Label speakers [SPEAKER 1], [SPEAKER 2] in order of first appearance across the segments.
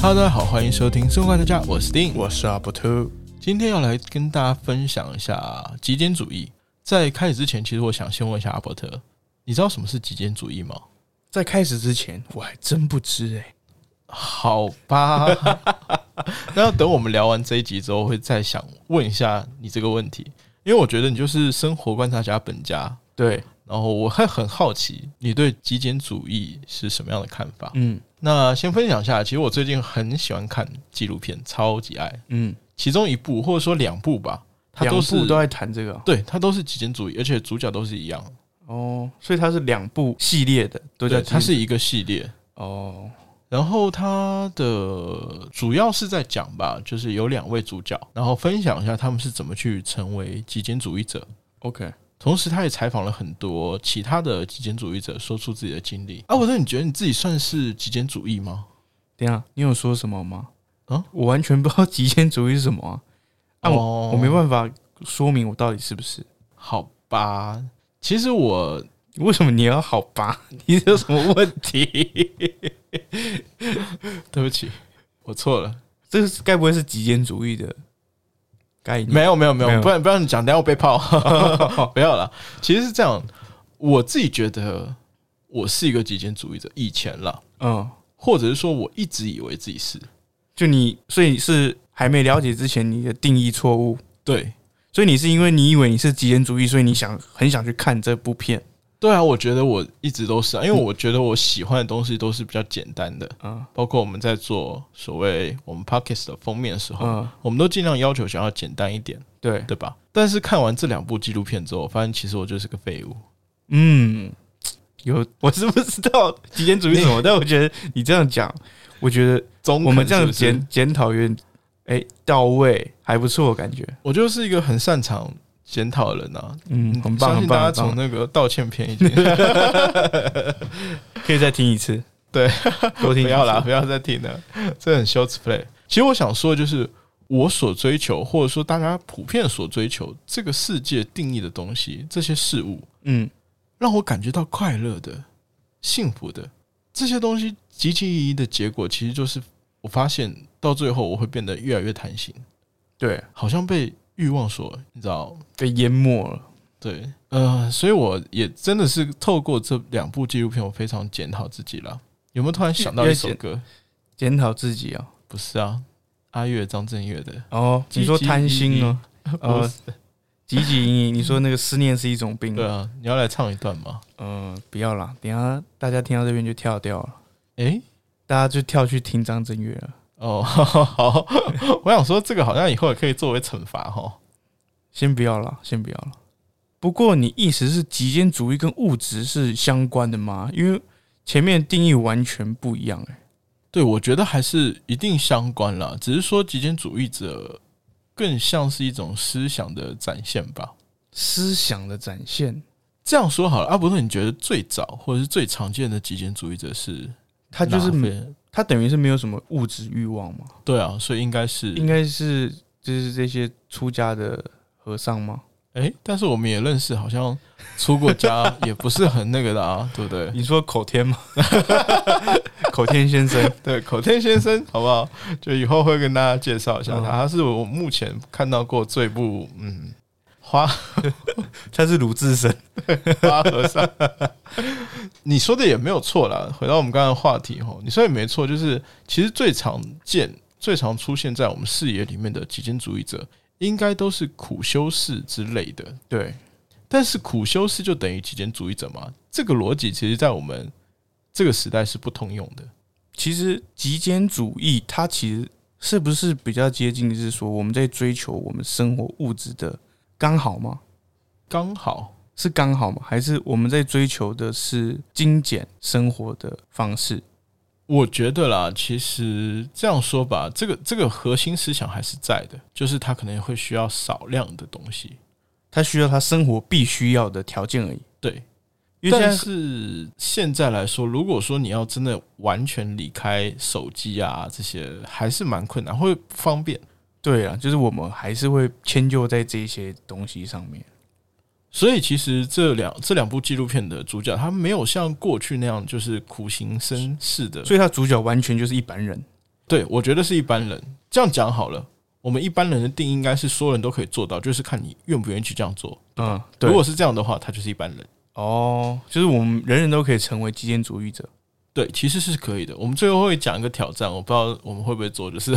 [SPEAKER 1] Hello，大家好，欢迎收听《生活大家》，我是丁，
[SPEAKER 2] 我是阿布兔。
[SPEAKER 1] 今天要来跟大家分享一下极简主义。在开始之前，其实我想先问一下阿伯特，你知道什么是极简主义吗？
[SPEAKER 2] 在开始之前，我还真不知哎、
[SPEAKER 1] 好吧， 那等我们聊完这一集之后，会再想问一下你这个问题，因为我觉得你就是生活观察家本家，
[SPEAKER 2] 对，
[SPEAKER 1] 然后我还很好奇你对极简主义是什么样的看法。
[SPEAKER 2] 嗯
[SPEAKER 1] 那先分享一下，其实我最近很喜欢看纪录片，超级爱，
[SPEAKER 2] 嗯，
[SPEAKER 1] 其中一部或者说两部吧，它
[SPEAKER 2] 两
[SPEAKER 1] 都是
[SPEAKER 2] 部都在谈这个
[SPEAKER 1] 对，它都是极简主义，而且主角都是一样，
[SPEAKER 2] 哦，所以它是两部系列的，都在
[SPEAKER 1] 对，它
[SPEAKER 2] 谈
[SPEAKER 1] 是一个系列。
[SPEAKER 2] 哦，
[SPEAKER 1] 然后它的主要是在讲吧，就是有两位主角，然后分享一下他们是怎么去成为极简主义者。
[SPEAKER 2] OK，
[SPEAKER 1] 同时，他也采访了很多其他的极简主义者，说出自己的经历。啊，我说你觉得你自己算是极简主义吗？
[SPEAKER 2] 等一下你有说什么吗？
[SPEAKER 1] 啊
[SPEAKER 2] 啊，我完全不知道极简主义是什么啊，啊我、
[SPEAKER 1] 哦
[SPEAKER 2] 我没办法说明我到底是不是。
[SPEAKER 1] 好吧，其实我
[SPEAKER 2] 为什么你要好吧？ 你有什么问题？
[SPEAKER 1] 对不起，我错了，
[SPEAKER 2] 这是该不会是极简主义的概念？
[SPEAKER 1] 没有没有没
[SPEAKER 2] 没
[SPEAKER 1] 有，
[SPEAKER 2] 有
[SPEAKER 1] 不然不然你讲，等一下我被 泡，不要了。其实是这样，我自己觉得我是一个极简主义者，以前啦，
[SPEAKER 2] 嗯，
[SPEAKER 1] 或者是说我一直以为自己是
[SPEAKER 2] 就你，所以是还没了解之前你的定义错误，
[SPEAKER 1] 对
[SPEAKER 2] 所以你是因为你以为你是极简主义，所以你想很想去看这部片
[SPEAKER 1] 对啊，我觉得我一直都是、啊，因
[SPEAKER 2] 嗯
[SPEAKER 1] 为我觉得我喜欢的东西都是比较简单的，
[SPEAKER 2] 啊，
[SPEAKER 1] 包括我们在做所谓我们 podcast 的封面的时候，
[SPEAKER 2] 嗯
[SPEAKER 1] 我们都尽量要求想要简单一点，
[SPEAKER 2] 对，
[SPEAKER 1] 对吧？但是看完这两部纪录片之后，我发现其实我就是个废物。
[SPEAKER 2] 嗯，有我是不知道极简主义是 什么，但我觉得你这样讲，我觉得
[SPEAKER 1] 中
[SPEAKER 2] 我们这样
[SPEAKER 1] 肯是不是
[SPEAKER 2] 检检讨员，哎、到位，还不错，感觉，
[SPEAKER 1] 我就是一个很擅长检讨的人啊，
[SPEAKER 2] 嗯，很
[SPEAKER 1] 相
[SPEAKER 2] 棒，很
[SPEAKER 1] 信大
[SPEAKER 2] 棒，
[SPEAKER 1] 家
[SPEAKER 2] 很
[SPEAKER 1] 从那
[SPEAKER 2] 棒，
[SPEAKER 1] 个道歉片已 经
[SPEAKER 2] 可以再听一次，
[SPEAKER 1] 对，
[SPEAKER 2] 多听一
[SPEAKER 1] 不
[SPEAKER 2] 次
[SPEAKER 1] 要啦，不，要再听了，这很羞耻 play。其实我想说，就是我所追求，或者说大家普遍所追求这个世界定义的东西，这些事物，
[SPEAKER 2] 嗯，
[SPEAKER 1] 让我感觉到快乐的、幸福的这些东西，极其意义的结果，其实就是我发现到最后，我会变得越来越贪心，
[SPEAKER 2] 对，
[SPEAKER 1] 好像被欲望所，你知道，
[SPEAKER 2] 被淹没了，
[SPEAKER 1] 对，呃，所以我也真的是透过这两部纪录片，我非常检讨自己了。有没有突然想到一首歌？
[SPEAKER 2] 检讨自己啊、
[SPEAKER 1] 不是啊，阿月张震岳的，
[SPEAKER 2] 哦，你说
[SPEAKER 1] 积极
[SPEAKER 2] 贪心哦，
[SPEAKER 1] 不
[SPEAKER 2] 呃
[SPEAKER 1] 是，
[SPEAKER 2] 汲汲营营，你说那个思念是一种 病，
[SPEAKER 1] 对啊，你要来唱一段吗？
[SPEAKER 2] 嗯，不要啦，等一下大家听到这边就跳掉了，
[SPEAKER 1] 诶、
[SPEAKER 2] 大家就跳去听张震岳了。
[SPEAKER 1] 哦， 好，我想说这个好像以后也可以作为惩罚哈。
[SPEAKER 2] 先不要了，先不要了。不过你意思是极简主义跟物质是相关的吗？因为前面定义完全不一样、欸，
[SPEAKER 1] 对，我觉得还是一定相关啦，只是说极简主义者更像是一种思想的展现吧。
[SPEAKER 2] 思想的展现，
[SPEAKER 1] 这样说好了，阿伯特，你觉得最早或者是最常见的极简主义者是
[SPEAKER 2] 它就是
[SPEAKER 1] 哪
[SPEAKER 2] 没，
[SPEAKER 1] 边
[SPEAKER 2] 它等于是没有什么物质欲望嘛，
[SPEAKER 1] 对啊，所以应该是
[SPEAKER 2] 应该是就是这些出家的和尚吗？
[SPEAKER 1] 哎、但是我们也认识，好像出过 家也不是很那个的啊，对不对？
[SPEAKER 2] 你说口天吗？ 口天先生，
[SPEAKER 1] 对，口天先生，好不好？就以后会跟大家介绍一下他，
[SPEAKER 2] 嗯
[SPEAKER 1] 他是我目前看到过最不嗯 花
[SPEAKER 2] 他是鲁智深，
[SPEAKER 1] 花和尚。你说的也没有错啦，回到我们刚刚的话题吼，你说也没错，就是其实最常见、最常出现在我们视野里面的极简主义者，应该都是苦修士之类的，
[SPEAKER 2] 对，
[SPEAKER 1] 但是苦修士就等于极简主义者嘛？这个逻辑其实，在我们这个时代是不通用的。
[SPEAKER 2] 其实极简主义它其实是不是比较接近，是说我们在追求我们生活物质的刚好吗？
[SPEAKER 1] 刚好，
[SPEAKER 2] 是刚好吗？还是我们在追求的是精简生活的方式？
[SPEAKER 1] 我觉得啦，其实这样说吧，这个这个核心思想还是在的，就是他可能会需要少量的东西，
[SPEAKER 2] 他需要他生活必须要的条件而已。
[SPEAKER 1] 对。
[SPEAKER 2] 因为
[SPEAKER 1] 但
[SPEAKER 2] 现在
[SPEAKER 1] 是现在来说，如果说你要真的完全离开手机啊这些，还是蛮困难，会不方便。
[SPEAKER 2] 对啊，就是我们还是会迁就在这些东西上面。
[SPEAKER 1] 所以其实这两这两部纪录片的主角，他没有像过去那样就是苦行僧似的
[SPEAKER 2] 所以他主角完全就是一般人，
[SPEAKER 1] 对，我觉得是一般人。这样讲好了，我们一般人的定义应该是所有人都可以做到，就是看你愿不愿意去这样做。
[SPEAKER 2] 嗯，对
[SPEAKER 1] 如。果是这样的话，他就是一般人。
[SPEAKER 2] 哦，就是我们人人都可以成为极简主义者。
[SPEAKER 1] 对，其实是可以的。我们最后会讲一个挑战，我不知道我们会不会做，就是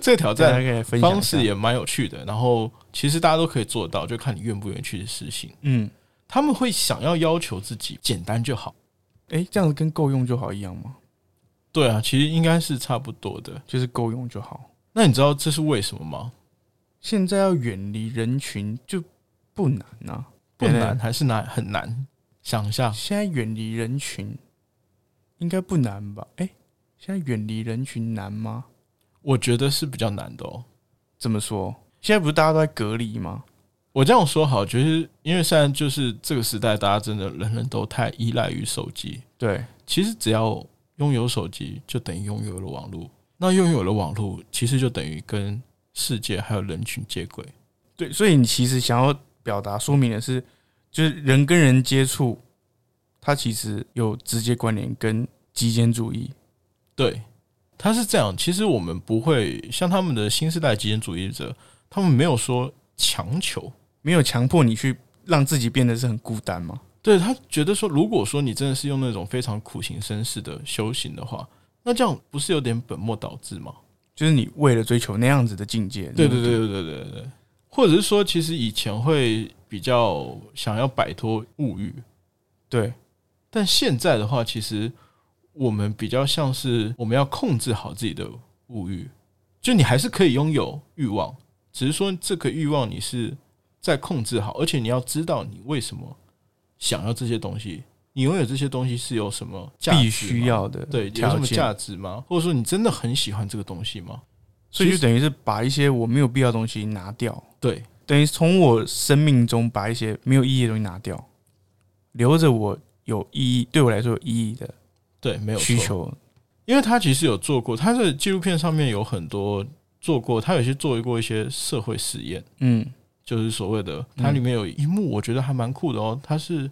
[SPEAKER 1] 这个挑
[SPEAKER 2] 大家
[SPEAKER 1] 战
[SPEAKER 2] 可以分享一下
[SPEAKER 1] 方式，也蛮有趣的。然后其实大家都可以做到，就看你愿不愿意去实行。
[SPEAKER 2] 嗯，
[SPEAKER 1] 他们会想要要求自己简单就好。
[SPEAKER 2] 诶，这样子跟够用就好一样吗？
[SPEAKER 1] 对啊，其实应该是差不多的。
[SPEAKER 2] 就是够用就好。
[SPEAKER 1] 那你知道这是为什么吗？
[SPEAKER 2] 现在要远离人群就不难啊，
[SPEAKER 1] 不难
[SPEAKER 2] 对
[SPEAKER 1] 还是难？很难。想一下，
[SPEAKER 2] 现在远离人群应该不难吧？诶，现在远离人群难吗？
[SPEAKER 1] 我觉得是比较难的哦。
[SPEAKER 2] 怎么说？现在不是大家都在隔离吗？
[SPEAKER 1] 我这样说好，就是因为现在就是这个时代，大家真的人人都太依赖于手机。
[SPEAKER 2] 对，
[SPEAKER 1] 其实只要拥有手机，就等于拥有了网络。那拥有了网络，其实就等于跟世界还有人群接轨。
[SPEAKER 2] 对，所以你其实想要表达说明的是，就是人跟人接触，它其实有直接关联跟极简主义。
[SPEAKER 1] 对，他是这样。其实我们不会像他们的新时代极简主义者，他们没有说强求。
[SPEAKER 2] 没有强迫你去让自己变得是很孤单吗？
[SPEAKER 1] 对他觉得说，如果说你真的是用那种非常苦行僧式的修行的话，那这样不是有点本末倒置吗？
[SPEAKER 2] 就是你为了追求那样子的境界，
[SPEAKER 1] 对对
[SPEAKER 2] 你会
[SPEAKER 1] 对对对对对，或者是说，其实以前会比较想要摆脱物欲，
[SPEAKER 2] 对，
[SPEAKER 1] 但现在的话，其实我们比较像是我们要控制好自己的物欲，就你还是可以拥有欲望，只是说这个欲望你是在控制好，而且你要知道你为什么想要这些东西，你拥有这些东西是有什么价值吗
[SPEAKER 2] 必须要的
[SPEAKER 1] 对有
[SPEAKER 2] 条
[SPEAKER 1] 什么价
[SPEAKER 2] 件，
[SPEAKER 1] 值吗？或者说你真的很喜欢这个东西吗？
[SPEAKER 2] 所以就等于是把一些我没有必要的东西拿掉，
[SPEAKER 1] 对
[SPEAKER 2] 等于从我生命中把一些没有意义的东西拿掉，留着我有意义，对我来说有意义的
[SPEAKER 1] 对，没有错
[SPEAKER 2] 需求。
[SPEAKER 1] 因为他其实有做过，他的纪录片上面有很多做过，他有些做过一些社会实验，
[SPEAKER 2] 嗯，
[SPEAKER 1] 就是所谓的，它里面有一幕我觉得还蛮酷的哦，它是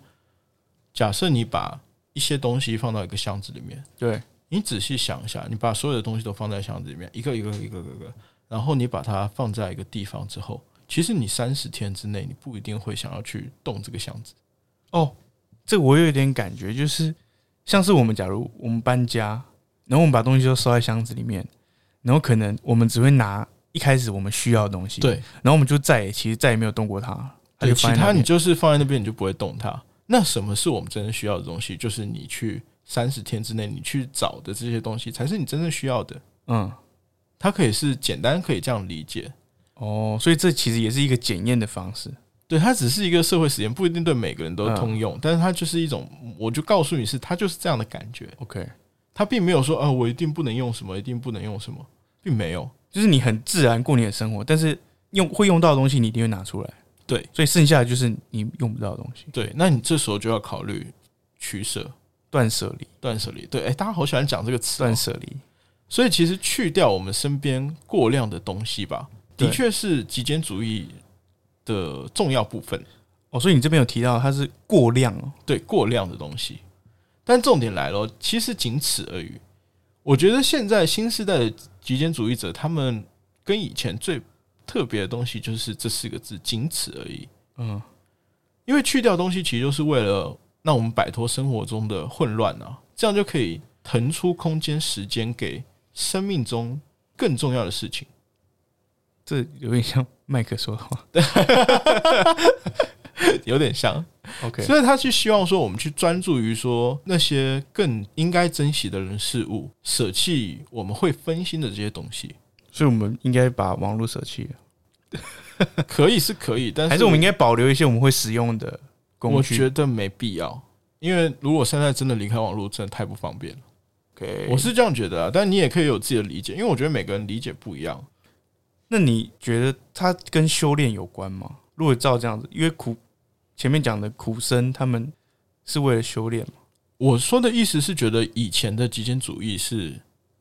[SPEAKER 1] 假设你把一些东西放到一个箱子里面，
[SPEAKER 2] 对，
[SPEAKER 1] 你仔细想一下，你把所有的东西都放在箱子里面，一个一个一个一个一个，然后你把它放在一个地方之后，其实你三十天之内你不一定会想要去动这个箱子，
[SPEAKER 2] 哦，这个我有一点感觉，就是像是我们假如我们搬家，然后我们把东西都收在箱子里面，然后可能我们只会拿一开始我们需要的东西，，
[SPEAKER 1] 对，
[SPEAKER 2] 然后我们就再也其实再也没有动过它，它
[SPEAKER 1] 对，
[SPEAKER 2] 就
[SPEAKER 1] 其
[SPEAKER 2] 放在那
[SPEAKER 1] 他你
[SPEAKER 2] 边
[SPEAKER 1] 就是放在那边，你就不会动它。那什么是我们真正需要的东西？就是你去三十天之内你去找的这些东西，才是你真正需要的。
[SPEAKER 2] 嗯，
[SPEAKER 1] 它可以是简单，可以这样理解。
[SPEAKER 2] 哦，所以这其实也是一个检验的方式，
[SPEAKER 1] 对，它只是一个社会实验，不一定对每个人都通
[SPEAKER 2] 嗯
[SPEAKER 1] 用，但是它就是一种，我就告诉你是，它就是这样的感觉。
[SPEAKER 2] OK，
[SPEAKER 1] 它并没有说，呃，我一定不能用什么，一定不能用什么，并没有。
[SPEAKER 2] 就是你很自然过你的生活，但是用会用到的东西你一定会拿出来，
[SPEAKER 1] 对，
[SPEAKER 2] 所以剩下的就是你用不到的东西，
[SPEAKER 1] 对，那你这时候就要考虑取舍、
[SPEAKER 2] 断舍离，
[SPEAKER 1] 断舍离。对，哎、大家好喜欢讲这个词哦、
[SPEAKER 2] 断舍离，
[SPEAKER 1] 所以其实去掉我们身边过量的东西吧，
[SPEAKER 2] 对
[SPEAKER 1] 的确是极简主义的重要部分。
[SPEAKER 2] 哦，所以你这边有提到它是过量哦，
[SPEAKER 1] 对过量的东西，但重点来了，其实仅此而已。我觉得现在新时代的极简主义者，他们跟以前最特别的东西就是这四个字“仅此而已
[SPEAKER 2] 嗯，”，
[SPEAKER 1] 因为去掉东西其实就是为了让我们摆脱生活中的混乱啊，这样就可以腾出空间、时间给生命中更重要的事情。
[SPEAKER 2] 这有点像麦克说的话。
[SPEAKER 1] 有点像，
[SPEAKER 2] OK，
[SPEAKER 1] 所以他是希望说我们去专注于说那些更应该珍惜的人事物，舍弃我们会分心的这些东西，
[SPEAKER 2] 所以我们应该把网络舍弃了，
[SPEAKER 1] 可以是可以，但是
[SPEAKER 2] 还是我们应该保留一些我们会使用的工
[SPEAKER 1] 我
[SPEAKER 2] 具
[SPEAKER 1] 觉得没必要，因为如果现在真的离开网络，真的太不方便了。
[SPEAKER 2] ？OK，
[SPEAKER 1] 我是这样觉得啊，但你也可以有自己的理解，因为我觉得每个人理解不一样。
[SPEAKER 2] 那你觉得它跟修炼有关吗？如果照这样子，因为苦前面讲的苦僧他们是为了修炼嘛，
[SPEAKER 1] 我说的意思是，觉得以前的极简主义是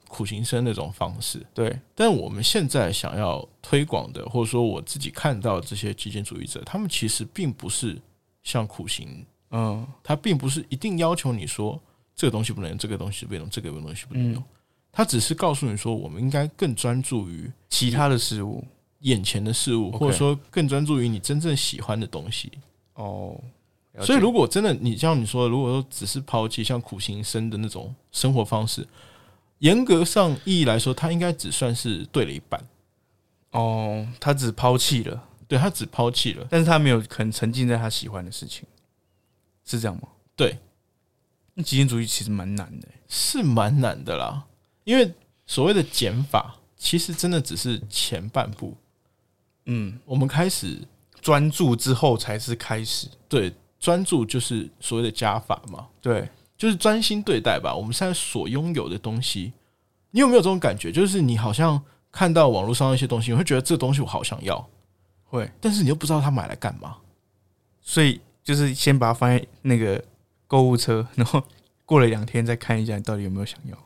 [SPEAKER 1] 苦行僧那种方式，
[SPEAKER 2] 对，
[SPEAKER 1] 但我们现在想要推广的，或者说我自己看到这些极简主义者，他们其实并不是像苦行，
[SPEAKER 2] 嗯，嗯
[SPEAKER 1] 他并不是一定要求你说这个东西不能用，这个东西不能用，这个东西不能用。它只是告诉你说，我们应该更专注于
[SPEAKER 2] 其他的事物
[SPEAKER 1] 眼前的事物，
[SPEAKER 2] OK
[SPEAKER 1] 或者说更专注于你真正喜欢的东西。
[SPEAKER 2] 哦。了解
[SPEAKER 1] 所以，如果真的你像你说的，如果说只是抛弃像苦行僧的那种生活方式，严格上意义来说，它应该只算是对了一半。
[SPEAKER 2] 哦，他只抛弃了，
[SPEAKER 1] 对他只抛弃了，
[SPEAKER 2] 但是他没有肯沉浸在他喜欢的事情，是这样吗？
[SPEAKER 1] 对，
[SPEAKER 2] 那极简主义其实蛮难的欸、
[SPEAKER 1] 是蛮难的啦。因为所谓的减法，其实真的只是前半部。
[SPEAKER 2] 嗯，
[SPEAKER 1] 我们开始
[SPEAKER 2] 专注之后才是开始。
[SPEAKER 1] 对专注，就是所谓的加法嘛。
[SPEAKER 2] 对，
[SPEAKER 1] 就是专心对待吧。我们现在所拥有的东西，你有没有这种感觉？就是你好像看到网络上一些东西，你会觉得这东西我好想要，
[SPEAKER 2] 会，
[SPEAKER 1] 但是你又不知道它买来干嘛。
[SPEAKER 2] 所以就是先把它放在那个购物车， 然后过了两天再看一下你到底有没有想要。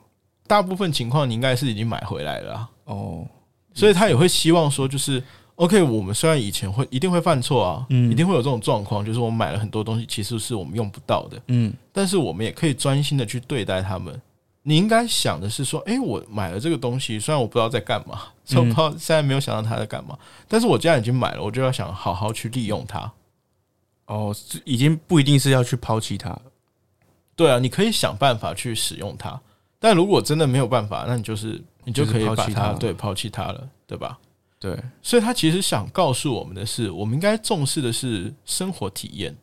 [SPEAKER 1] 大部分情况你应该是已经买回来了啊、
[SPEAKER 2] 哦，
[SPEAKER 1] 所以他也会希望说，就是 OK，我们虽然以前会一定会犯错啊，
[SPEAKER 2] 嗯
[SPEAKER 1] 一定会有这种状况，就是我们买了很多东西，其实是我们用不到的，
[SPEAKER 2] 嗯，
[SPEAKER 1] 但是我们也可以专心的去对待它们。你应该想的是说，诶，我买了这个东西，虽然我不知道在干嘛，虽
[SPEAKER 2] 嗯
[SPEAKER 1] 然我不知道现在没有想到它在干嘛，但是我既然已经买了，我就要想好好去利用它。
[SPEAKER 2] 哦，是已经不一定是要去抛弃它。
[SPEAKER 1] 对啊，你可以想办法去使用它，但如果真的没有办法，那你就是你就
[SPEAKER 2] 就是
[SPEAKER 1] 可以
[SPEAKER 2] 抛
[SPEAKER 1] 把
[SPEAKER 2] 弃
[SPEAKER 1] 它
[SPEAKER 2] 它
[SPEAKER 1] 对抛弃它了，对吧？
[SPEAKER 2] 对，
[SPEAKER 1] 所以他其实想告诉我们的是，我们应该重视的是生活体验，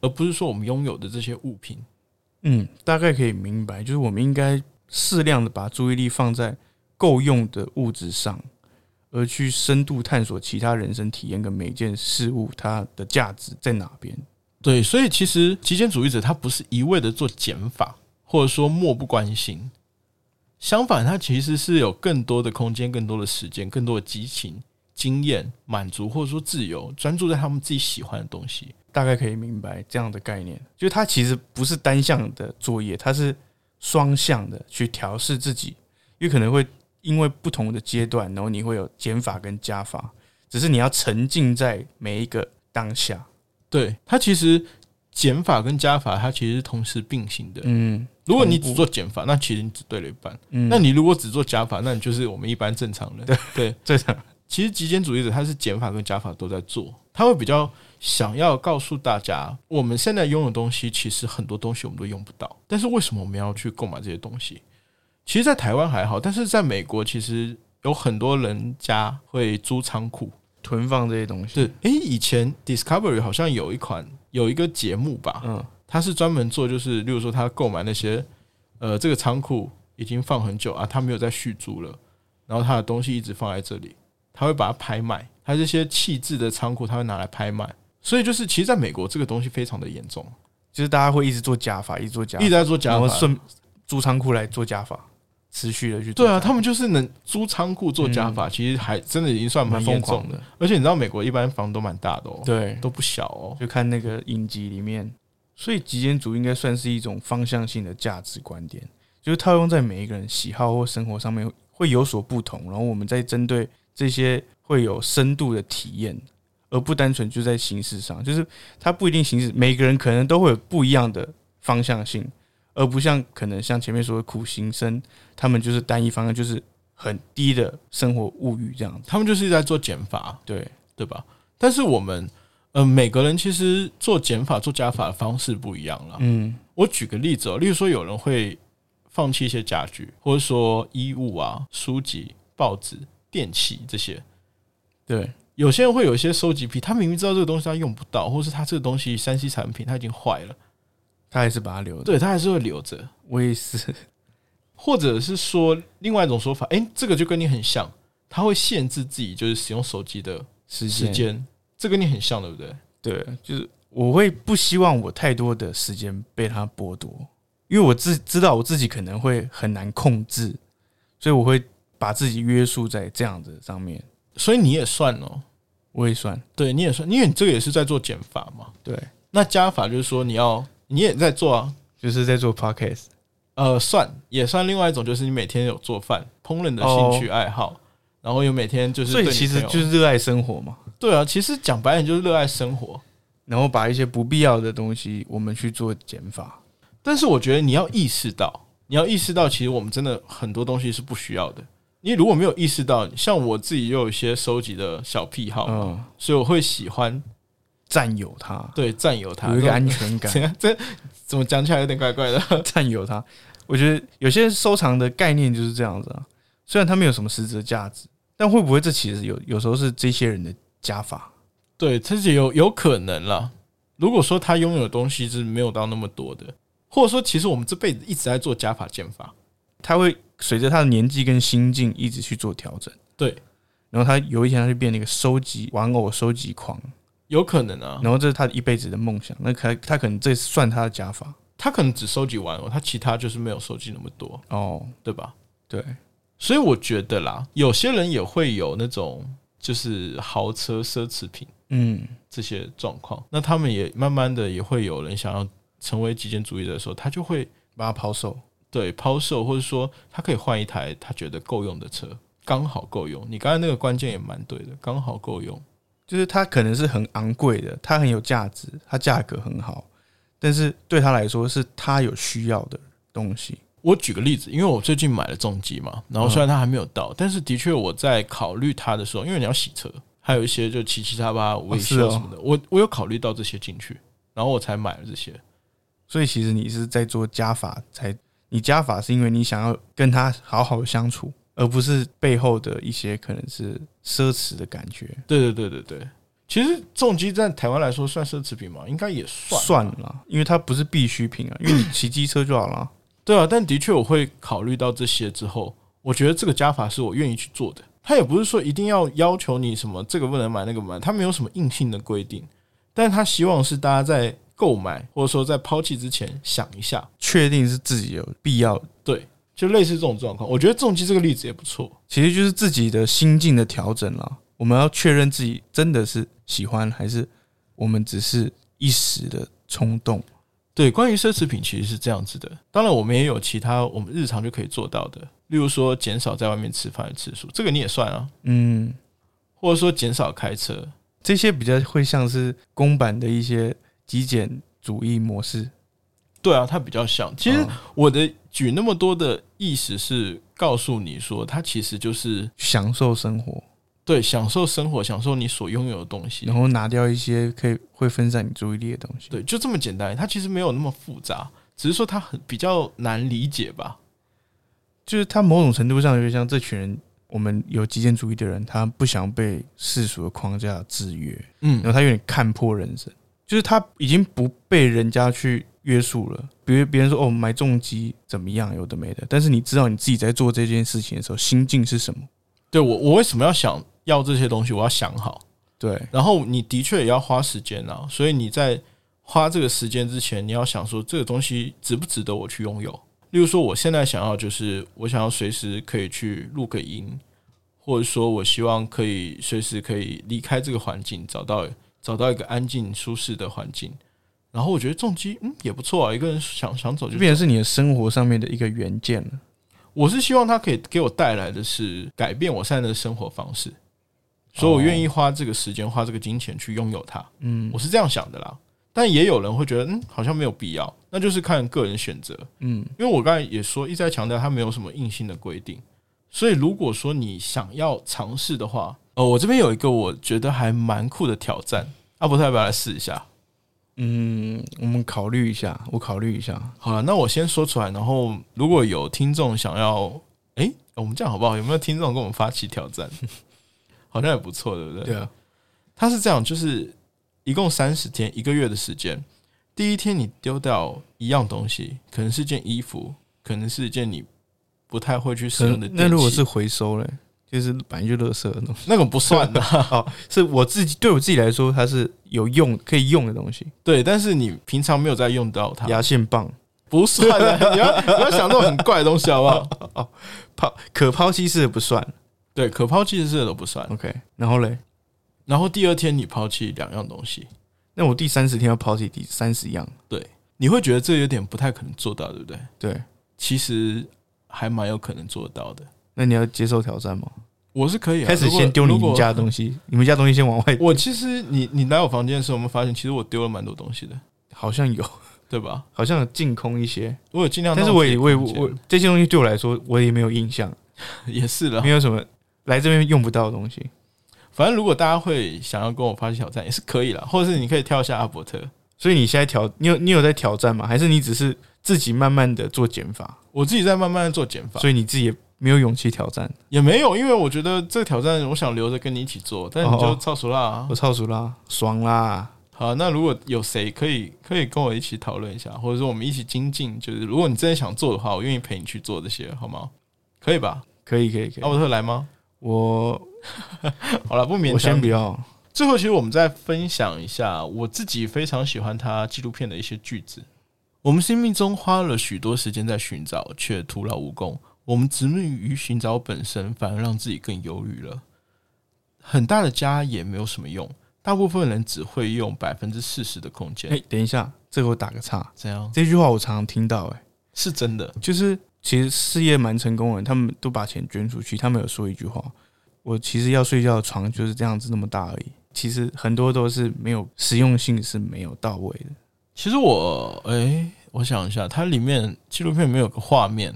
[SPEAKER 1] 而不是说我们拥有的这些物品。
[SPEAKER 2] 嗯，大概可以明白，就是我们应该适量的把注意力放在够用的物质上，而去深度探索其他人生体验跟每件事物它的价值在哪边。
[SPEAKER 1] 对，所以其实极简主义者他不是一味的做减法，或者说漠不关心，相反，他其实是有更多的空间、更多的时间、更多的激情、经验、满足或者说自由，专注在他们自己喜欢的东西。
[SPEAKER 2] 大概可以明白这样的概念，就是它其实不是单向的作业，它是双向的去调试自己，因为可能会因为不同的阶段，然后你会有减法跟加法，只是你要沉浸在每一个当下。
[SPEAKER 1] 对，它其实减法跟加法，它其实是同时并行的。
[SPEAKER 2] 嗯
[SPEAKER 1] 如果你
[SPEAKER 2] 同步
[SPEAKER 1] 只做减法，那其实你只对了一半。
[SPEAKER 2] 嗯，
[SPEAKER 1] 那你如果只做加法，那你就是我们一般正常人。对
[SPEAKER 2] 这场
[SPEAKER 1] 其实极简主义者他是减法跟加法都在做，他会比较想要告诉大家，我们现在拥有的东西，其实很多东西我们都用不到，但是为什么我们要去购买这些东西？其实，在台湾还好，但是在美国，其实有很多人家会租仓库。
[SPEAKER 2] 囤放这些东西，
[SPEAKER 1] 对，诶，以前 Discovery 好像有一款有一个节目吧，
[SPEAKER 2] 嗯，
[SPEAKER 1] 他是专门做就是，例如说他购买那些，呃，这个仓库已经放很久啊，他没有再续租了，然后他的东西一直放在这里，他会把它拍卖，他这些弃置的仓库他会拿来拍卖，所以就是其实在美国这个东西非常的严重，
[SPEAKER 2] 就是大家会一直做加法，一直做加
[SPEAKER 1] 一直
[SPEAKER 2] 法，
[SPEAKER 1] 在做加
[SPEAKER 2] 然后
[SPEAKER 1] 法，
[SPEAKER 2] 顺租仓库来做加法，持续的去做
[SPEAKER 1] 对啊，
[SPEAKER 2] 加法
[SPEAKER 1] 他们就是能租仓库做加法，其实还真的已经算蛮
[SPEAKER 2] 嗯蛮
[SPEAKER 1] 严
[SPEAKER 2] 疯
[SPEAKER 1] 重
[SPEAKER 2] 狂
[SPEAKER 1] 的
[SPEAKER 2] 的，，
[SPEAKER 1] 而且你知道美国一般房都蛮大的哦，
[SPEAKER 2] 对，
[SPEAKER 1] 都不小哦，
[SPEAKER 2] 就看那个影集里面，所以极简主义应该算是一种方向性的价值观点，就是套用在每一个人喜好或生活上面会有所不同，然后我们再针对这些会有深度的体验，而不单纯就在形式上，就是它不一定形式，每个人可能都会有不一样的方向性，而不像可能像前面说的苦行僧，他们就是单一方向，就是很低的生活物欲这样子。
[SPEAKER 1] 他们就是一直在做减法，
[SPEAKER 2] 对，
[SPEAKER 1] 对吧？但是我们，呃，每个人其实做减法、做加法的方式不一样啦。
[SPEAKER 2] 嗯，
[SPEAKER 1] 我举个例子哦，例如说有人会放弃一些家具，或者说衣物啊、书籍、报纸、电器这些。
[SPEAKER 2] 对，
[SPEAKER 1] 有些人会有一些收集癖，他明明知道这个东西他用不到，或是他这个东西三 C 产品他已经坏了，
[SPEAKER 2] 他还是把它留着。
[SPEAKER 1] 对他还是会留着。
[SPEAKER 2] 我也是，
[SPEAKER 1] 或者是说另外一种说法，诶，这个就跟你很像，他会限制自己就是使用手机的
[SPEAKER 2] 时
[SPEAKER 1] 时
[SPEAKER 2] 间
[SPEAKER 1] 间，这跟你很像，对不对？
[SPEAKER 2] 对，就是我会不希望我太多的时间被他剥夺，因为我自知道我自己可能会很难控制，所以我会把自己约束在这样子上面。
[SPEAKER 1] 所以你也算哦，
[SPEAKER 2] 我也算
[SPEAKER 1] 对，你也算，因为你这个也是在做减法嘛。
[SPEAKER 2] 对，
[SPEAKER 1] 那加法就是说你要，你也在做啊。
[SPEAKER 2] 就是在做 podcast，
[SPEAKER 1] 呃，算也算另外一种，就是你每天有做饭、烹饪的兴趣爱好，然后有每天就是
[SPEAKER 2] 哦所
[SPEAKER 1] 对你
[SPEAKER 2] 以
[SPEAKER 1] 朋友，
[SPEAKER 2] 其实就是热爱生活嘛。
[SPEAKER 1] 对啊。其实讲白点就是热爱生活，
[SPEAKER 2] 然后把一些不必要的东西，我们去做减法。
[SPEAKER 1] 但是我觉得你要意识到，你要意识到，其实我们真的很多东西是不需要的。你如果没有意识到，像我自己又有一些收集的小癖好，
[SPEAKER 2] 嗯，
[SPEAKER 1] 所以我会喜欢
[SPEAKER 2] 占有它，
[SPEAKER 1] 对占有它。
[SPEAKER 2] 有一个安全感
[SPEAKER 1] 怎，样？这怎么讲起来有点怪怪的？
[SPEAKER 2] 占有它。我觉得有些收藏的概念就是这样子啊，虽然它没有什么实质的价值，但会不会这其实有有时候是这些人的加法？
[SPEAKER 1] 对，这是有有可能啦。如果说他拥有的东西是没有到那么多的，或者说其实我们这辈子一直在做加法减法，
[SPEAKER 2] 他会随着他的年纪跟心境一直去做调整。
[SPEAKER 1] 对，
[SPEAKER 2] 然后他有一天他就变成一个收集玩偶收集狂，
[SPEAKER 1] 有可能啊。
[SPEAKER 2] 然后这是他一辈子的梦想。那可他可能这算他的加法
[SPEAKER 1] 他可能只收集玩偶，他其他就是没有收集那么多，
[SPEAKER 2] 哦，
[SPEAKER 1] 对吧？
[SPEAKER 2] 对，
[SPEAKER 1] 所以我觉得啦，有些人也会有那种就是豪车、奢侈品
[SPEAKER 2] 嗯，
[SPEAKER 1] 这些状况，那他们也慢慢的也会有人想要成为极简主义者的时候，他就会
[SPEAKER 2] 把它抛售，
[SPEAKER 1] 对抛售，或者说他可以换一台他觉得够用的车，刚好够用。你刚才那个关键也蛮对的，刚好够用。
[SPEAKER 2] 就是它可能是很昂贵的，它很有价值，它价格很好，但是对他来说是他有需要的东西。
[SPEAKER 1] 我举个例子，因为我最近买了重机嘛，然后虽然它还没有到，但是的确我在考虑它的时候，因为你要洗车，还有一些就七七八八维
[SPEAKER 2] 是
[SPEAKER 1] 修
[SPEAKER 2] 哦
[SPEAKER 1] 什么的，我我有考虑到这些进去，然后我才买了这些。
[SPEAKER 2] 所以其实你是在做加法，才你加法是因为你想要跟他好好相处，而不是背后的一些可能是奢侈的感觉。
[SPEAKER 1] 对对对对对，其实重机在台湾来说算奢侈品吗？应该也算。
[SPEAKER 2] 算了啦，因为它不是必需品啊，因为你骑机车就好了。
[SPEAKER 1] 对啊，但的确我会考虑到这些之后，我觉得这个加法是我愿意去做的。它也不是说一定要要求你什么这个不能买那个不能买，它没有什么硬性的规定，但他希望是大家在购买或者说在抛弃之前想一下，
[SPEAKER 2] 确定是自己有必要，
[SPEAKER 1] 就类似这种状况。我觉得重机这个例子也不错。
[SPEAKER 2] 其实就是自己的心境的调整啦。我们要确认自己真的是喜欢，还是我们只是一时的冲动。
[SPEAKER 1] 对，关于奢侈品其实是这样子的。当然，我们也有其他我们日常就可以做到的，例如说减少在外面吃饭的次数，这个你也算啊，
[SPEAKER 2] 嗯，
[SPEAKER 1] 或者说减少开车，
[SPEAKER 2] 这些比较会像是公版的一些极简主义模式。
[SPEAKER 1] 对啊，它比较像。其实
[SPEAKER 2] 嗯
[SPEAKER 1] 我的举那么多的意思是告诉你说，它其实就是
[SPEAKER 2] 享受生活，
[SPEAKER 1] 对享受生活，享受你所拥有的东西
[SPEAKER 2] 然。后拿掉一些可以会分散你注意力的东西。
[SPEAKER 1] 对，就这么简单。它其实没有那么复杂，只是说它很比较难理解吧。
[SPEAKER 2] 就是他某种程度上有点像这群人，我们有极简主义的人，他不想被世俗的框架制约，然
[SPEAKER 1] 嗯，
[SPEAKER 2] 后他有点看破人生，就是他已经不被人家去约束了。比如别人说哦买重疾怎么样，有的没的，但是你知道你自己在做这件事情的时候心境是什么？
[SPEAKER 1] 对我我为什么要想要这些东西？我要想好。
[SPEAKER 2] 对，
[SPEAKER 1] 然后你的确也要花时间啊，所以你在花这个时间之前，你要想说这个东西值不值得我去拥有。例如说，我现在想要就是我想要随时可以去录个音，或者说我希望可以随时可以离开这个环境，找到找到一个安静舒适的环境。然后我觉得重击嗯也不错啊，一个人想想走就走。
[SPEAKER 2] 就变成是你的生活上面的一个元件了。
[SPEAKER 1] 我是希望它可以给我带来的是改变我现在的生活方式，所以我愿意花这个时间、花这个金钱去拥有它。
[SPEAKER 2] 嗯
[SPEAKER 1] 我是这样想的啦。但也有人会觉得，嗯，好像没有必要，那就是看个人选择。
[SPEAKER 2] 嗯，
[SPEAKER 1] 因为我刚才也说，一直在强调它没有什么硬性的规定，所以如果说你想要尝试的话，呃，我这边有一个我觉得还蛮酷的挑战，阿伯特要不要来试一下？
[SPEAKER 2] 嗯，我们考虑一下，我考虑一下。
[SPEAKER 1] 好了，那我先说出来，然后如果有听众想要，诶，我们这样好不好？有没有听众跟我们发起挑战？ 好像也不错，对不对？
[SPEAKER 2] 啊，
[SPEAKER 1] 它是这样，就是一共三十天，一个月的时间。第一天你丢掉一样东西，可能是件衣服，可能是一件你不太会去使
[SPEAKER 2] 可
[SPEAKER 1] 用的
[SPEAKER 2] 能
[SPEAKER 1] 电器。
[SPEAKER 2] 那如果是回收嘞，就是本来就垃圾的东西。
[SPEAKER 1] 那种不算 的，
[SPEAKER 2] 哦，是我自己对我自己来说，它是有用可以用的东西，
[SPEAKER 1] 对，但是你平常没有在用到它，
[SPEAKER 2] 牙线棒、
[SPEAKER 1] 不算的。 你要不要想那种很怪的东西，好不好？
[SPEAKER 2] 抛可抛弃式的不算。
[SPEAKER 1] 对，可抛弃式的都不算。
[SPEAKER 2] OK，然后嘞，
[SPEAKER 1] 然后第二天你抛弃两样东西，
[SPEAKER 2] 那我第三十天要抛弃第三十样，
[SPEAKER 1] 你会觉得这有点不太可能做到，对不对？
[SPEAKER 2] 对，
[SPEAKER 1] 其实还蛮有可能做到的。
[SPEAKER 2] 那你要接受挑战吗？
[SPEAKER 1] 我是可以、啊、
[SPEAKER 2] 开始
[SPEAKER 1] 如果
[SPEAKER 2] 先丢你
[SPEAKER 1] 如
[SPEAKER 2] 们
[SPEAKER 1] 果
[SPEAKER 2] 家的东西，你们家的东西先往外，
[SPEAKER 1] 我其实你你来我房间的时候，我们发现其实我丢了蛮多东西的。
[SPEAKER 2] 好像有，
[SPEAKER 1] 对吧？
[SPEAKER 2] 好像有净空一些，
[SPEAKER 1] 我有尽量
[SPEAKER 2] 但
[SPEAKER 1] 让
[SPEAKER 2] 是
[SPEAKER 1] 自
[SPEAKER 2] 我
[SPEAKER 1] 己
[SPEAKER 2] 也
[SPEAKER 1] 空
[SPEAKER 2] 我也
[SPEAKER 1] 间，
[SPEAKER 2] 我这些东西对我来说，我也没有印象，
[SPEAKER 1] 也是了
[SPEAKER 2] 没。有什么来这边用不到的东西。
[SPEAKER 1] 反正如果大家会想要跟我发起挑战，也是可以啦，或者是你可以跳一下阿伯特。
[SPEAKER 2] 所以你现在挑，你有你有在挑战吗？还是你只是自己慢慢的做减法，
[SPEAKER 1] 我自己在慢慢地做减法，
[SPEAKER 2] 所以你自己也没有勇气挑战？
[SPEAKER 1] 也没有，因为我觉得这个挑战我想留着跟你一起做，但你
[SPEAKER 2] 哦
[SPEAKER 1] 就
[SPEAKER 2] 哦
[SPEAKER 1] 超熟啦、
[SPEAKER 2] 我操熟啦，爽啦！
[SPEAKER 1] 好，那如果有谁可以可以跟我一起讨论一下，或者说我们一起精进，就是如果你真的想做的话，我愿意陪你去做这些，好吗？可以吧？
[SPEAKER 2] 可以可以可
[SPEAKER 1] 阿
[SPEAKER 2] 以，
[SPEAKER 1] 伯特来吗？
[SPEAKER 2] 我
[SPEAKER 1] 好了，不哦勉强。
[SPEAKER 2] 我先不要，
[SPEAKER 1] 最后，其实我们再分享一下我自己非常喜欢他纪录片的一些句子。我们生命中花了许多时间在寻找，却徒劳无功。我们执迷于寻找本身，反而让自己更忧郁了。很大的家也没有什么用，大部分人只会用百分之四十的空间。
[SPEAKER 2] 哎、等一下，这个我打个岔，
[SPEAKER 1] 怎样？
[SPEAKER 2] 这句话我常常听到、哎，
[SPEAKER 1] 是真的？
[SPEAKER 2] 就是其实事业蛮成功的人，他们都把钱捐出去，他们有说一句话：我其实要睡觉的床就是这样子那么大而已。其实很多都是没有实用性是没有到位的，
[SPEAKER 1] 其实我哎、我想一下，它里面纪录片里面有个画面，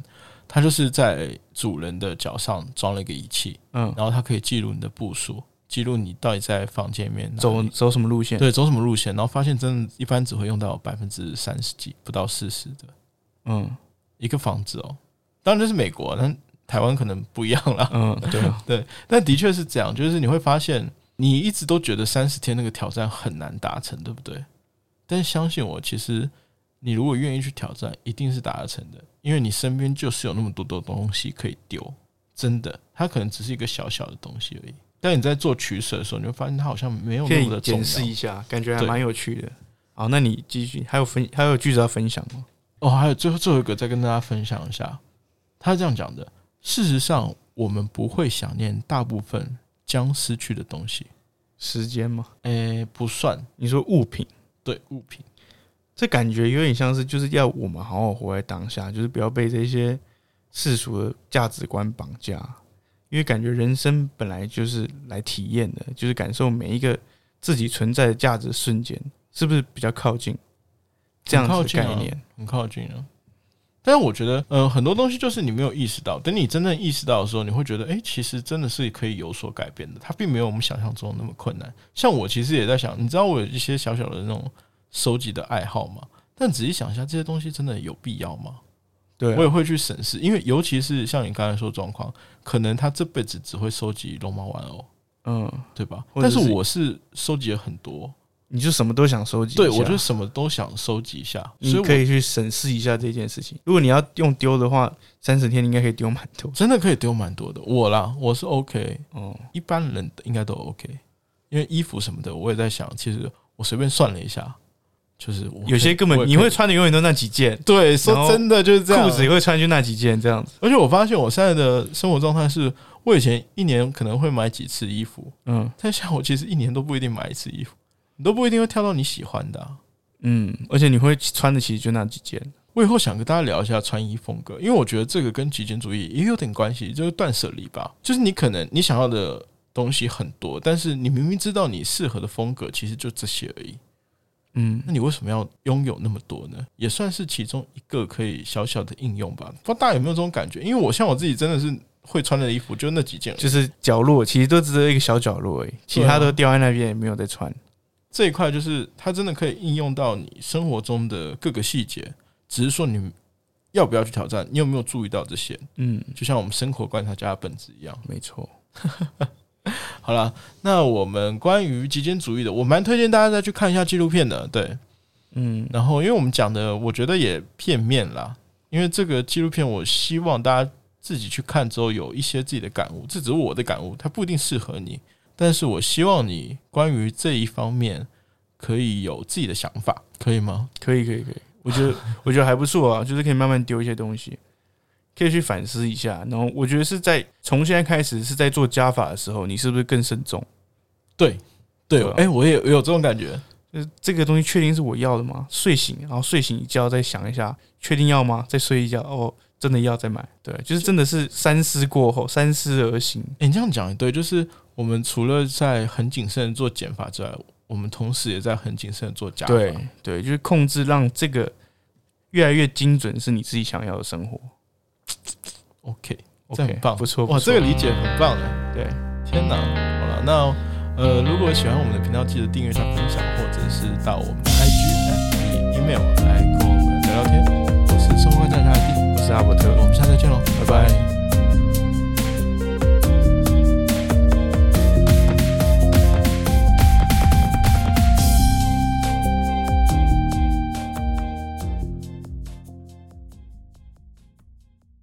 [SPEAKER 1] 它就是在主人的脚上装了一个仪器，
[SPEAKER 2] 嗯，
[SPEAKER 1] 然后它可以记录你的步数，记录你到底在房间里面哪里
[SPEAKER 2] 走走什么路线？
[SPEAKER 1] 嗯对走什么路线，然后发现真的一般只会用到百分之三十几，不到四十的
[SPEAKER 2] 嗯
[SPEAKER 1] 一个房子哦。当然这是美国，但台湾可能不一样啦。
[SPEAKER 2] 嗯，对啊，
[SPEAKER 1] 但的确是这样，就是你会发现，你一直都觉得三十天那个挑战很难达成，对不对？但相信我，其实你如果愿意去挑战，一定是达得成的，因为你身边就是有那么多的东西可以丢，真的，它可能只是一个小小的东西而已。但你在做取舍的时候，你会发现它好像没有
[SPEAKER 2] 可
[SPEAKER 1] 那么
[SPEAKER 2] 以
[SPEAKER 1] 的重
[SPEAKER 2] 检视一
[SPEAKER 1] 要。
[SPEAKER 2] 下，感觉还
[SPEAKER 1] 对
[SPEAKER 2] 蛮有趣的。好，那你继续，还有分还有句子要分享吗？
[SPEAKER 1] 哦，还有最后最后一个，再跟大家分享一下，他是这样讲的：事实上，我们不会想念大部分将失去的东西，
[SPEAKER 2] 时间吗？
[SPEAKER 1] 诶、不算
[SPEAKER 2] 你说物品，
[SPEAKER 1] 对物品。
[SPEAKER 2] 这感觉有点像是就是要我们好好活在当下，就是不要被这些世俗的价值观绑架，因为感觉人生本来就是来体验的，就是感受每一个自己存在的价值瞬间，是不是比较靠近这样子
[SPEAKER 1] 很靠
[SPEAKER 2] 的
[SPEAKER 1] 近啊
[SPEAKER 2] 概念？
[SPEAKER 1] 很靠近了。但是我觉得，呃，很多东西就是你没有意识到，等你真正意识到的时候，你会觉得，哎、其实真的是可以有所改变的。它并没有我们想象中那么困难。像我其实也在想，你知道我有一些小小的那种收集的爱好嘛？但仔细想一下，这些东西真的有必要吗？
[SPEAKER 2] 对
[SPEAKER 1] 我
[SPEAKER 2] 啊、
[SPEAKER 1] 也会去审视，因为尤其是像你刚才说的状况，可能他这辈子只会收集龙猫玩偶，
[SPEAKER 2] 嗯，
[SPEAKER 1] 对吧？
[SPEAKER 2] 或者
[SPEAKER 1] 但是
[SPEAKER 2] 是
[SPEAKER 1] 我是收集了很多，
[SPEAKER 2] 你就什么都想收集一下，
[SPEAKER 1] 对我就什么都想收集一下，所以
[SPEAKER 2] 你
[SPEAKER 1] 我
[SPEAKER 2] 可以去审视一下这件事情。如果你要用丢的话，三十天你应该可以丢蛮多。
[SPEAKER 1] 真的可以丢蛮多的。我啦，我是 OK，
[SPEAKER 2] 哦，
[SPEAKER 1] 一般人应该都 OK，因为衣服什么的，我也在想，其实我随便算了一下，就是 我
[SPEAKER 2] 有些根
[SPEAKER 1] 我
[SPEAKER 2] 本
[SPEAKER 1] 也
[SPEAKER 2] 你会穿的永远都那几件，
[SPEAKER 1] 对
[SPEAKER 2] 然
[SPEAKER 1] 说
[SPEAKER 2] 后
[SPEAKER 1] 真的就是这样。啊
[SPEAKER 2] 裤子也会穿就那几件这样子。
[SPEAKER 1] 而且我发现我现在的生活状态是，我以前一年可能会买几次衣服，
[SPEAKER 2] 嗯。
[SPEAKER 1] 但现在我其实一年都不一定买一次衣服，你都不一定会挑到你喜欢的啊、
[SPEAKER 2] 嗯，而且你会穿的其实就那几件。
[SPEAKER 1] 我以后想跟大家聊一下穿衣风格，因为我觉得这个跟极简主义也有点关系，就是断舍离吧。就是你可能你想要的东西很多，但是你明明知道你适合的风格其实就这些而已，
[SPEAKER 2] 嗯
[SPEAKER 1] 那你为什么要拥有那么多呢？也算是其中一个可以小小的应用吧。不知道大家有没有这种感觉？因为我像我自己真的是会穿的衣服就那几件而已，
[SPEAKER 2] 就是角落，其实都只有一个小角落而已，其他都掉在那边也没有在穿。
[SPEAKER 1] 这一块就是它真的可以应用到你生活中的各个细节，只是说你要不要去挑战，你有没有注意到这些？
[SPEAKER 2] 嗯，
[SPEAKER 1] 就像我们生活观察家的本质一样。
[SPEAKER 2] 没错。
[SPEAKER 1] 好啦，那我们关于极简主义的，我蛮推荐大家再去看一下纪录片的。对，
[SPEAKER 2] 嗯，
[SPEAKER 1] 然后因为我们讲的，我觉得也片面啦，因为这个纪录片，我希望大家自己去看之后有一些自己的感悟，这只是我的感悟，它不一定适合你，但是我希望你关于这一方面可以有自己的想法，可以吗？
[SPEAKER 2] 可以，可以，可以。我觉得， 我觉得还不错啊，就是可以慢慢丢一些东西，可以去反思一下。然后，我觉得是在从现在开始是在做加法的时候，你是不是更慎重？
[SPEAKER 1] 对，对，
[SPEAKER 2] 对啊
[SPEAKER 1] 哎、我也我有这种感觉，
[SPEAKER 2] 就是这个东西确定是我要的吗？睡醒，然后睡醒一觉再想一下，确定要吗？再睡一觉，哦，真的要再买。对，就是真的是三思过后，三思而行。
[SPEAKER 1] 欸你这样讲也对，就是我们除了在很谨慎地做减法之外，我们同时也在很谨慎地做加法。
[SPEAKER 2] 对对，就是控制让这个越来越精准，是你自己想要的生活。
[SPEAKER 1] OK，这
[SPEAKER 2] OK，
[SPEAKER 1] 很棒
[SPEAKER 2] 不错，
[SPEAKER 1] 哇，
[SPEAKER 2] 不错
[SPEAKER 1] 这个理解很棒哎，
[SPEAKER 2] 对，
[SPEAKER 1] 天哪！好了，那呃，如果喜欢我们的频道，记得订阅、加分享，或者是到我们的 IG、FB、email 来跟我们聊聊天。我是生活观察家的 D，
[SPEAKER 2] 我是阿伯特，
[SPEAKER 1] 我们下次见喽，拜拜
[SPEAKER 2] 拜拜